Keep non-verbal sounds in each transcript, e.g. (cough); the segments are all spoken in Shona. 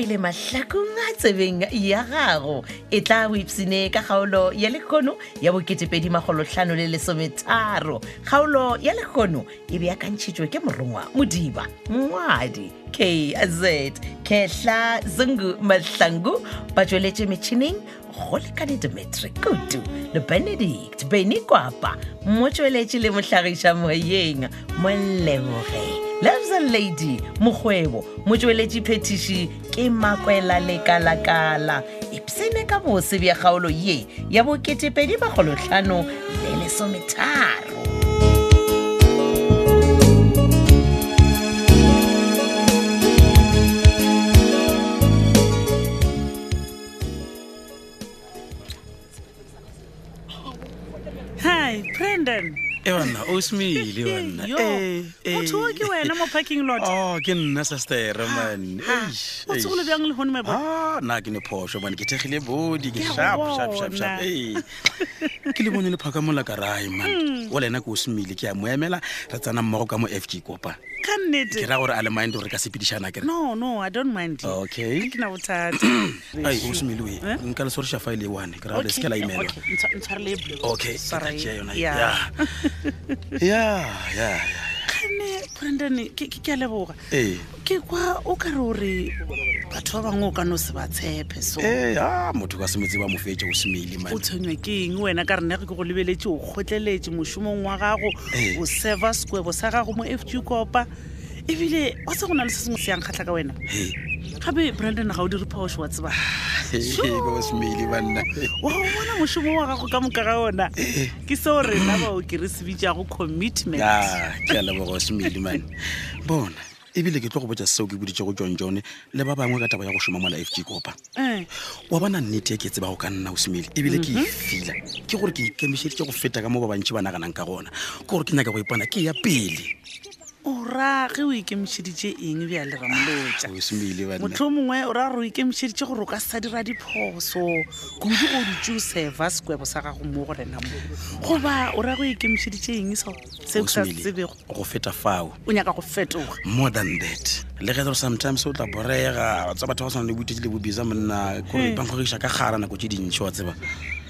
le e mahlakong a tsebeng ya gago e tla boipsene ka kgaolo ya lekgono ya bo2edimagolotlhano le lesometharo kgaolo ya lekgono e beakantšhitšwe ke morongwa modiba ngwadi kz kehla zungu mahlangu ba tsweletše metšhineng go lekane dimetri kutu le benedict beny kwapa motsweletši le mohlagiša moyeng moleboge lefza lady mokgwebo motsweletši phetiši ke makwela lekala-kala epsene ka bose bja kgaolo ye ya bo2edi magolotlhano le lesometharo hi brandon e wanna o smile wanna Yo, Eh, eh. motho o ke wena mo parking lot Oh, ke nna sestere man Ha, Eish, o tsogolo eish. bjang le gone my boy Ah, na ke ne phoso man ke thegile body ke Ke a sharp sharp sharp bona. sharp (laughs) eh ke le bone le phaka mola ka rai man Hmm. o lena ke o smile ke a mo emela re tsana mmogo ka mo fg kopa ka ke nnete ra gore a le mind gore ka sepedišana kere no no i don't mind okay ke na bothata (clears throat) ai o smile we Eh? nka le sorosha fa e le one ke ra Okay, le se ke la imela okay, ntshwa- ntshwarele blue. okay ke tla Sorry. tšea yona ye. Yeah. (laughs) ya ya ya ya. kane brandon ke ke- ke a leboga ee ke kwa o ka re ore batho ba bangwe o ka no se ba tshepe so ee a Eh, ah, motho ka semetse ba mo fetse o smile man o tshwenywa ke eng wena ka rena ge ke go lebeletse o kgotleletse mošomong wa gago Eh. o server sekwebo sa gago mo f g kopa ebile wa se go na le se sengwe se yang kgatlha ka wena Hey. gape brandon ga o dire phoso wa (laughs) tseba smile (laughs) banna Eh. wa go bona mošomo wa gago ka moka ga ona ke seo rena baoke re se bitsago commitment a Ah, ke a leboga o smile man bona ebile ke tlo go botsa seo ke boditse go tsone tsone le ba bangwe ka taba ya go šoma mola f g kopa Eh, wa bona nnete e ke tsebago ka nna o smile ebile Mhm. ke e fila ke gore ke ikemišeditse go feta ka mo ba bantšhi ba naganang ka gona ke gore ke nyaka go ipona ke ya pele o ra ge o ikemišeditše eng bja le ramolotsa o smile banna motlho o mongwe o ra gore o ikemišeditše gore o ka se sa dira diphoso kudu go dutse o serva sekwebo sa gago mo go rena mo goba o ra go ikemišeditše eng so seo ke O sa se Smile, tsebego go feta fao o nyaka go fetoga more than that le ge gore sometimes o tla borega wa tsa batho ba tshwana le boitetse le bobisa monna kore bankgogiša ka gara nako tse dintšhi wa tseba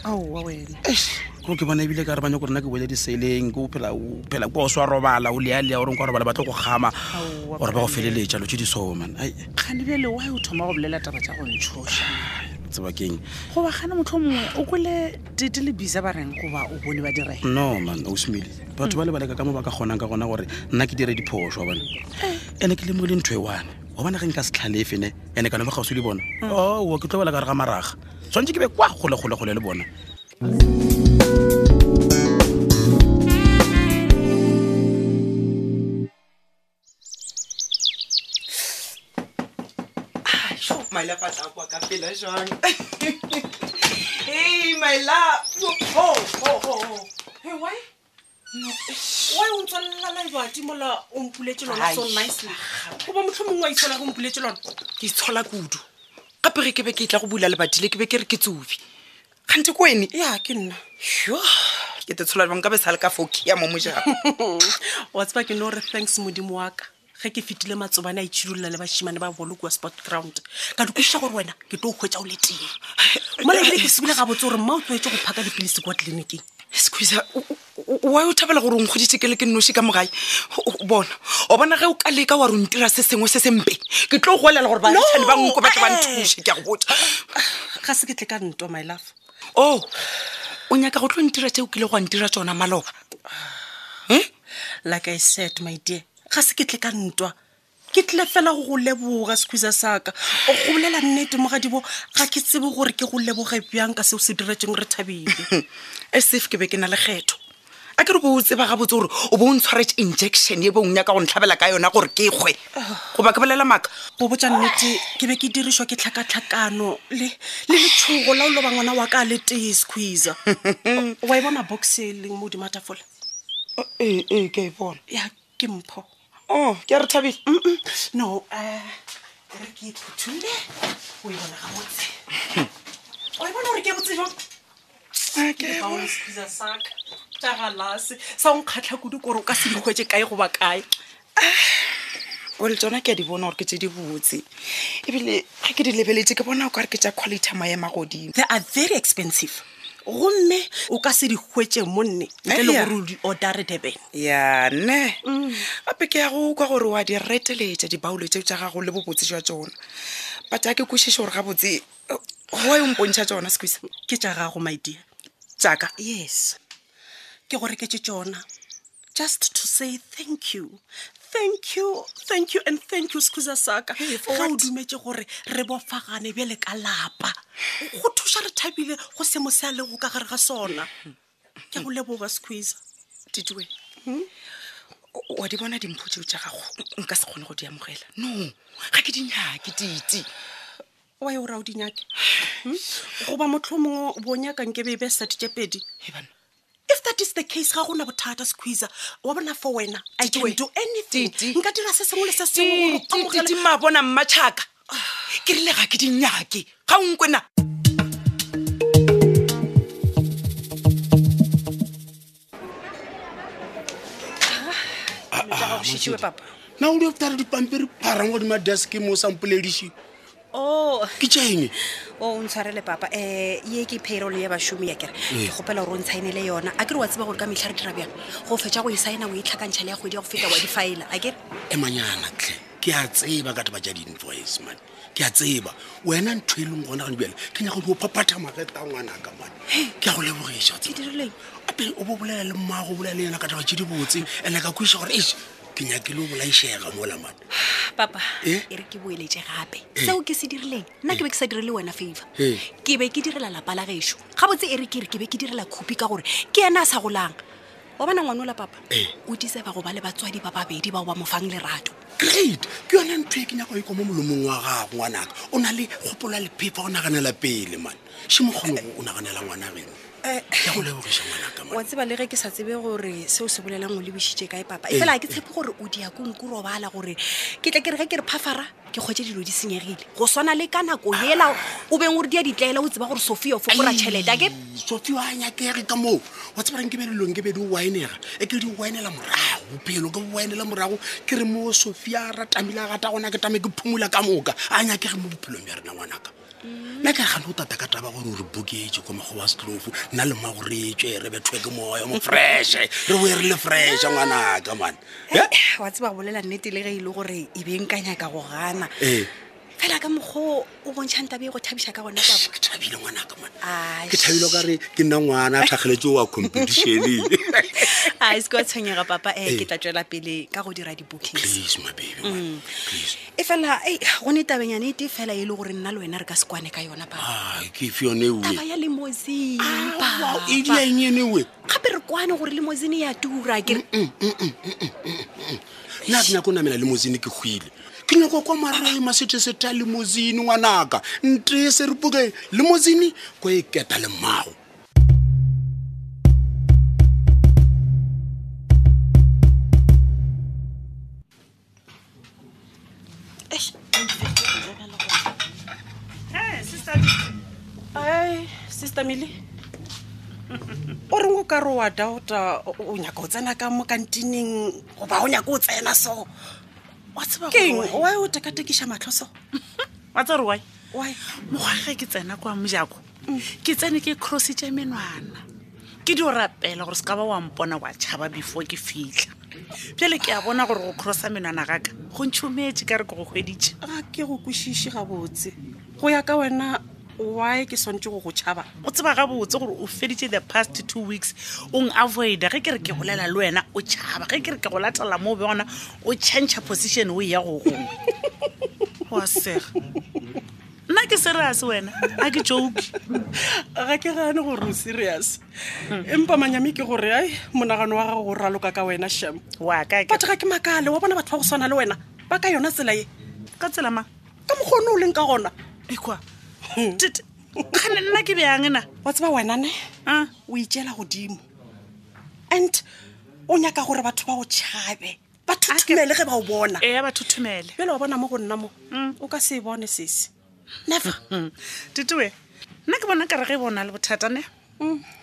aowa wena Eish, kore ke bona ebile e ka re banya gore nna ke boele diseleng ke o phela- o phela ko swa robala o lealea ore nka robala ba tlo go kgama Aowa, ore ba go Brandon. feleletša lo tse di soman ai kgane bjale wa o thoma go bolela taba tsa go ntshoša tseba keng goba gane motlho o mongwe o kwele tete le bisa ba reng goba o bone ba direng no man osmile batho ba lebaleka ka mo ba ka kgonang ka gona gore nna ke dire diphoso bone ande ke lemogile ntho e one wa bona ge nka se tlhalefe ne ande ka lemo gausi le bona oo ke tlo bala ka gare ga maraga tshwanetse ke be kwa kgole-kgole-kgole le bona Sho, my love a tla kwa ka pela jang hey my love ho ho ho ho hey why wy o ntse lela lebati mola o mpuletse lona Ai. so nice goba motlho mongwe wa itshola ke mpuletse lona ke itshola kudu gape re ke be ke tla go bula lebati le ke be ke re ke tsobi gante ko wene ya ke nna yo ke te tshola jang ka be sa le ka foki ya mo (laughs) mojang wa tseba ke no re thanks modimo wa ka ge ke fetile matsobane a itshidolola le bašimane ba bolo kua sport ground ka dikoša gore wena ke tlo o kgwetsa o le teng mola ebile ke sebile ga botse gore mma o tloetse go phaka dipilisi kwa tleliniking squeeza wa o thabela gore o nkgoditse ke le ke nnoši ka mogae O- o bona o bona ge o ka leka wa re o ntira se sengwe se sempe ke tlo go golela gore bašhane ba nko batla ba eh. nthuse ke a go botsa ga se ke tle ka nto my love o Oh, o nyaka go tlo ntira tseo kile go a ntira tsona maloba Hmm? like i said my dear ga se ke tle ka ntwa ke tlile fela go go leboga sekhwisa saka o go bolela nnete mogadibo ga ke tsebe gore ke go leboge bjang ka seo se diretseng re thabile (laughs) e sef ke be ke na le kgetho a ke re bo o tseba gabotse gore o bo o ntshwaretse injection e bo ng nyaka go ntlhabela ka yona gore ke kgwe goba ke bolela maaka go botsa nnete ke be ke dirišwa ke tlhakatlhakano le le letshogo la o loba ngwana wa ka a le tee (laughs) sekhwisa wa e bona box e leng mo dimatafola ee ee ke a e bona ya ke mpho o Oh, ke a re thabile Mm-mm. no um re ke phuthule o e bona (laughs) gabotse o e bona gore ke botse jang tagalase sa o nkgatlha kudu kore o ka se dikgwetse kae goba kae ore tsona ke a di bona gore ke tse di botse ebile ga ke di lebeletse ke bona o ka re ke tsa quality a maema godimo they are very expensive gomme o ka se di hwetse monne ntle le Eya. gore o di ordere durban ya ne gape ke ya go kwa gore wa di reteletsa dibaolo tseo tsa gago le bobotse jwa tsona but a ke kwešiše gore gabotse goa yo mpontšha tsona sequisa ke tša gago my dear jaaka yes ke go reketse tsona just to say thank you thank you thank you and thank you scusa saka for ga o what? dumetse gore re bofagane bjele ka lapa go thuša re thabile go semo se a lego ka gare ga sona ke go leboga squeeze titue Hmm? O- wa di bona dimpho tseo tsa gago nka se kgone go di amogela no ga ke dinyake tite wa yo ra o di nyake Hmm? goba motlhomongwe bonyakang ke be be setete pedi if that is the case ga gona bothata squeezer wa bona for wena i can Titiwe. do anything Titi. nka dira se sengwe le se sengwe gore o amogele- mabona mmatšhaka Ah, ke rile ga ke dinyake ga onkwena na o le tare dipampiri pharang godima desk mo sampoledisi o ke tšeng Oh. o ntshwarele papa um ye ke payroll ya bašomi ya kere Eh. ke kgopela gore o ntshainele yona a kere wa tseba gore ka metlha re dira bjang go fetsa go e saena o e tlhakantšha le ya kgwedi ya go feta wa difaela a kere emanyana tle ke a tseba ka taba ja di-invoice man ke a tseba wena ntho e leng gona gane bjale ke nyaka go phaphatha mageta ngwanaka man ke a go lebogesa ke dirileng ape o bo bolela le mmaa go bolela le yena ka taba tse di botse ande ka kweša gore ese ke nyakile o bolaišega mola man papa Eh? e re ke boeletse gape Eh. seo ke se dirileng nna ke be ke sa dire le wena favor Eh. ke be ke direla lapa la gešo ga botse e re ke re ke be ke direla khupi ka gore ke ena a sa golang wa bona ngwane o la papa Eh. o diseba go ba le batswadi ba babedi bao ba mo fang lerato great ke yone ntho e ke nyaka go ikwa mo molomong wa gago ngwanaka o na le kgopolo ya lephepa o naganela pele man še mokgono go o naganela ngwana geno ke a go lebogesa ngwanaka man wa tseba le ge ke sa tsebe gore seo se bolelang o lebišitše kae papa e fela ga ke tshepe gore o dia konku robala gore ke tla ke re ge ke re phafara ke kgwetse dilo di senyegile go swana le ka nako ela o beng ore di a ditlaela o tseba gore sophia o fokola tšhelete ake sofi wa nyakege ka moo wa tsebareng ke belelong ke be di winega e ke di winela morago bophelo ke bo winela morago ke re mo sofi a ratamile a rata gona ke tame ke phumula ka moka a nyakege mo bophelong bja rena ngwanaka nna ke gane go tata ka taba gore o re boketse ko mago wa setlofu nna le mmago re tswe re bethwe ke moya mo freshe re boe re le freshe ngwanaka mane (clears throat) wa tseba go bolela nnete le ge e le gore e beng ka nyaka go gana ee fela ka mokgwa o bontšhang tabe e go thabiša ka gona Eish, (laughs) papa ke thabile ngwanaka mane Ai. ke thabile o ka re ke nna ngwana a tlhageletse wa competitioneng a e se ke wa tshwenyega papa um Eh. ke tla tswela pele ka go dira di-bookings please my baby man. please e fela ei, go ne tabenyane e te fela e le gore nna le wena re ka se kwane ka yona papa ai ke efe yone e taba ya lemosine Aowa, e papa dieng ene we gape re kwane gore lemosine ya tura kere nna ke nyako o namela lemosine ke goile ke nyako kwa marei masete se ta lemosine ngwanaka nte se re puke lemosine ko e keta le mmago ai sister mile o reng o ka re wa doubta o- o nyaka o tsena ka mo kantineng goba o nyaka o tsena so wa tseba keng gore why- wa o tekatekiša matlho so wa tsa gore wy Why? mogwage ke tsena kwa mojako ke tsene ke crossitše menwana ke di o rapela gore se ka ba wa mpona wa tšhaba before ke fitlha pjale ke a bona gore go crossa menwana gaka go ntšhometse ka re ke go hweditše a ke go kwešiše gabotse go ya ka wena why ke swantse go go tšhaba o tseba gabotse gore o feditse the past two weeks o avoida ge ke re ke golela le wena o tšhaba ge ke re ke go latela mo bona o change position o e ya go gongwe wa sega nna ke serius wena a ke joke ga ke gane gore o serious Hmm. empa manyame ke gore ai monagano wa gago go raloka ka wena sham wa ka batho ga ke makale wa bona batho ba go swana le wena ba ka yona tsela e ka tsela mang ka mokgone o leng ka gona Hmm. ekwa tete (laughs) gane nna ke beyang na wa tseba wenane Ah. o itseela godimo and o nyaka gore batho ba o tšhabe ba thuthumele ge ba o bona eya batho thumele pele wa bona mo go nna mo o ka se e bone sese never tetoe nna ke bona kare ge bona le bothata ne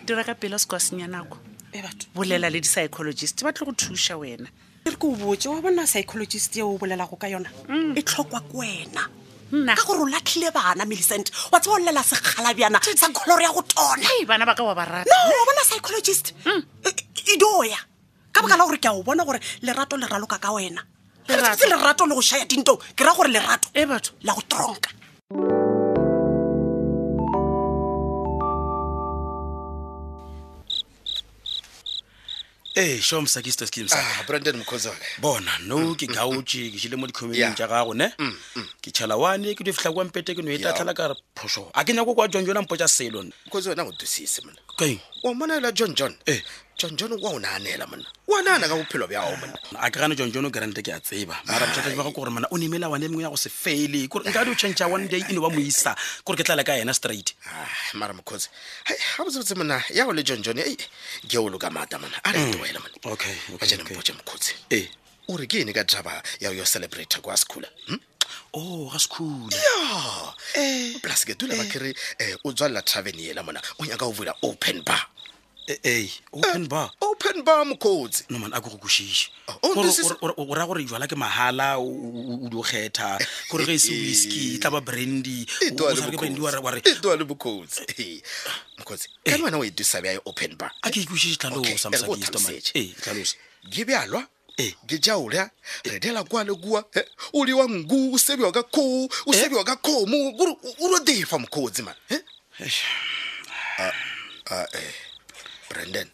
dira ka pele o se kwa senya nako e batho bolela le di-psychologist ba tle go thuša wena e re ke o botse wa bona psychologist eo o bolelago ka yona e tlhokwa ke wena Nna. ka gore o latlhile bana millicent wa tseba o llela sekgalabjana sa coloro ya go tona Hei, bana ba ka wa ba rata no wa bona psychologist E- e- e doya ka baka la gore ke a o bona gore lerato le raloka ka wena Lerato. se lerato le go shaya dintong ke raya gore lerato e batho la go tronka ee sure msakiste skim sa Ah, brandon mkhozole bona no ke gaotse ke šhile mo Yeah. dikhomeneng tša gago ne Mm, ke tšhela one ke di fitlha kwa mpete ke no e Yeah. tatlhela ka re phoso a ke nyako kwa john jona mpo tša selo nna. mkhozole na go dusise monna keng wa monela john john Eh. john john wa o naanela monna wa naana ka bophelo bjago monna a ke gane john jone grante ke a tseba mara bothata ba go kore mana o nemela wane mengwe ya go se fele kore nka di o change one day eno ba mo isa kore ke tlala ka yena straight Ah, mara mkhozi hai ga botsebotse monna yago le john john ei ke o loka mata monna a re toela monna Okay, okay, bajane okay. mpoje mkhozi ee o re ke ene ka taba ya yo celebrata kwa sekhula hm? o Oh, ga sekhula polase ke dula ba kere um o tswalela traven ela mona o nyaka go bula open bar Eh, ee open bar open bar mkhozi nomane a ke go kosiše Oh, o this is- raya gore jala ke mahala o- o o di o kgetha kore ge e se whisky e tla ba brandy E o- tloha o le sa re ke bokotsi. brandy wa re- wa re E tloha le bokotsi Ee. mkhozi kane wena o e dusa bjae open bar a ke ikosiše Okay, tlhalosa e re ke o mosakistoma tlhalosetse. ee tlhalosa ke bjalwa Eh. ke jaola re dela kwa le kua eh, o lewa nku o sebiwa ka koo Eh? o sebiwa ka kgomo kore o- o ro defa mokgotsi man eh? Ah, ah, eh, brandon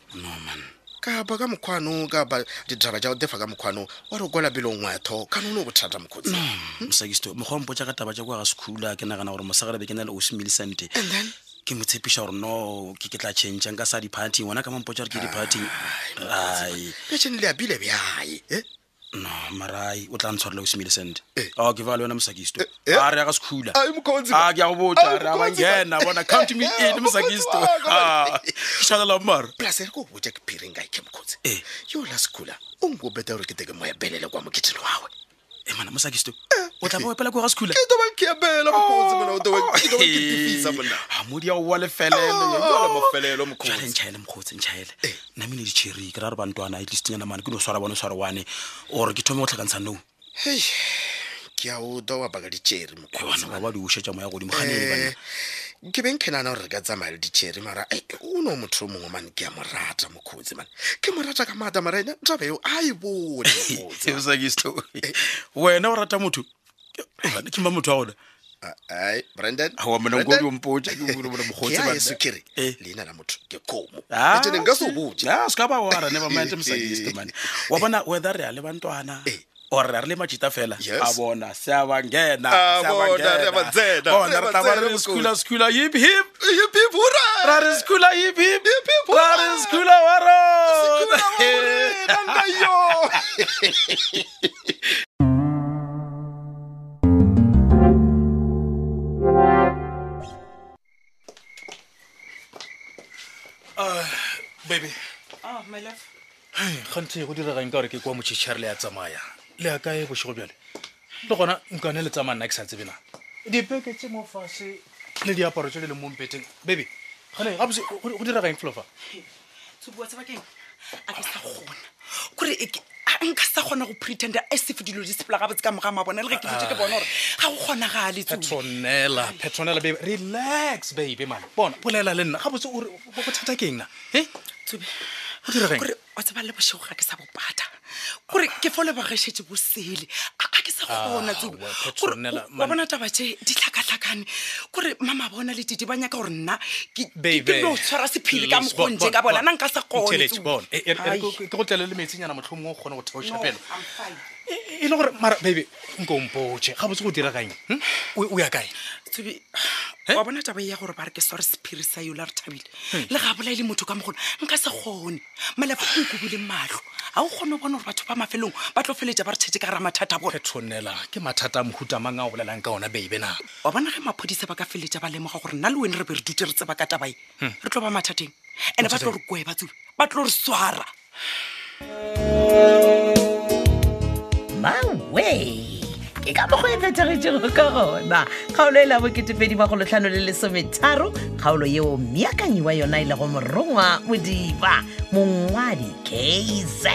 ka ba ka mokgwano ka ba ditaba ja go defa ka mokgwano wa re o kwela pele o ngwetho kane o ne o bothata mokgotsi Mm. mosakisto mokgwa mpotsa ka taba tja kwa ga sekhula ke nagana gore mosagare be ke na le osmile sente ke mo tshepiša gore no ke ke tla change nka sa di-parting wona ka mampotsa gore ke di-parting ai pešhene le apile bjae eh? no marai o tla ntshwarela osmile sente Eh. a ke fa le yona mosakisto eh. a re ya ga sekhula Ai, mokgotsi a ba- ke ya go botsa Ai, re a mokgotsi ba- bankena bona count me in Ah, (laughs) Ah. mokgotsi mosakisto wa ka, man. šhalela mara polase re ke o botja ke phireng ka ike mokgotsi Eh. yo la sekhula o nko beta gore ke teke moepelele kwa moketšhene wawe e mana mosakisto o tla ba opela ko ga sekhula ke toba keabela mokgotsi Oh. mona o toba (laughs) ke tefisa mona gamodi ao wa lefelelemafelelo mokgotsinchaele mokgotsi ntšhaele namene ditšheri ke ra re bantwana at least nyana mane ke no swara bone swara wane or ke thome go tlhakantsha nou hei ke a o twa wa baka ditšere bana mokgotsi ba ba di ošetša moya godimo ganeng banna Eh, ke beng ke nana gore re ka tsamaya le ditšhere mara ei, o ne o motho o mongwe mane ke a mo rata mokgotsi mane ke mo rata ka maata mara ena taba eo a e (laughs) bone mokgotsi man. Mosakisto, wena o rata motho Ke- bana, ke ma motho wa gona Ah, ai, brandon Aowa, monna, nko Brandon. o mpotša, ke bone bona mokgotsi, Ke a banna. yeso ke re Eh. leina la motho ke komo Ah, etene nka se o boje ah, se ka ba wara never mind mosakisto mane wa bona whether re a le bantwana Eh. or re a re le majita fela Yes. a bona se a ba ngena A se a ba bona, re a ba ngena. tsena, re Bona, a re ba tla ba tsena, re le mokgotsi. skula skula hip hip Hip, hip, hurra! ra re skula hip hip Hip, hip, ra re hurra! skula wa (laughs) rona baby Ah, gante go diregang ka gore ke kwa motšhitšhare le ya tsamaya le ya kae bošego bjale le gona nkane le tsamaya nna ke sa tsebe na dipeke tse mo fase le diaparo tse le le mompeteng baby gane gabose go diregang flofa sebua sebakeng a ke sa kgona kore e ke- a nka sa kgona go pretenda e a sefe dilo di sepela gabotse ka moga mabone le ge ke dite ke bona gore ga go kgonagale tsoe petronela petronela baby relax baby man bona bolela le nna gabose o re- go thata ke eng na e Tsebe. go dirageng? kore wa tseba le bošego ga ke sa bopata kore ke fa lebagešetse bosele a a ke sa Ah, kgona Tsebe. wa Kore Petronella, o- wa man. bona taba tse di tlhakatlhakane kore mama bona le tite ba nyaka gore nna ke Baby. Mm, no tshwara sephiri ka Please, bon- mokgontse ka bon- bona nna nka sa kgone Ntheletše, Tsebe. bon. E- e- e re Ai. ke ke go tlele le metsenyana motlho mongwe o kgone go No, theoša pelo I'm fine. E- e le gore mara baby nko mpotše ga botse go diragaeng hm? o o ya kae tsebe Eh? wa bona taba e ya gore ba re ke sware sephiri sa yola re thabile Hmm. le ga bolaele motho ka mogolo nka se kgone malefa o nkobile matlho ga o kgone go bona gore batho ba mafelong ba tlo feletsa ba re thetse ka gara mathata a bone petronela ke mathata a mohutamang a o bolelang ka ona baby na wa bona ge maphodisa ba ka feletsa ba lemoga gore nna le wene re be re dute re tseba ka tabae re tlo ba mathateng and-e ba tlo re kweba tsebe ba tlo re swara mawe ke ka mokgo e phethagetšego ka gona kgaolo e la boketepedi magolotlhano le lesometharo kgaolo yeo meakanyiwa yona e lego morongwa modiba mongwadi kz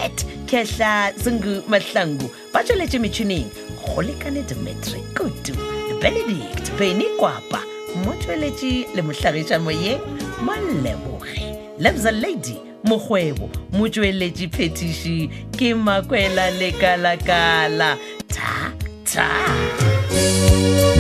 kehla sengu mahlangu ba tsweletše metšhineng go lekane dimetri kutu benedict beny kwapa motsweletši le mohlagiša moyeng moleboge lebza lady mokgwebo motsweletši phetiši ke makwela lekalakala ta ta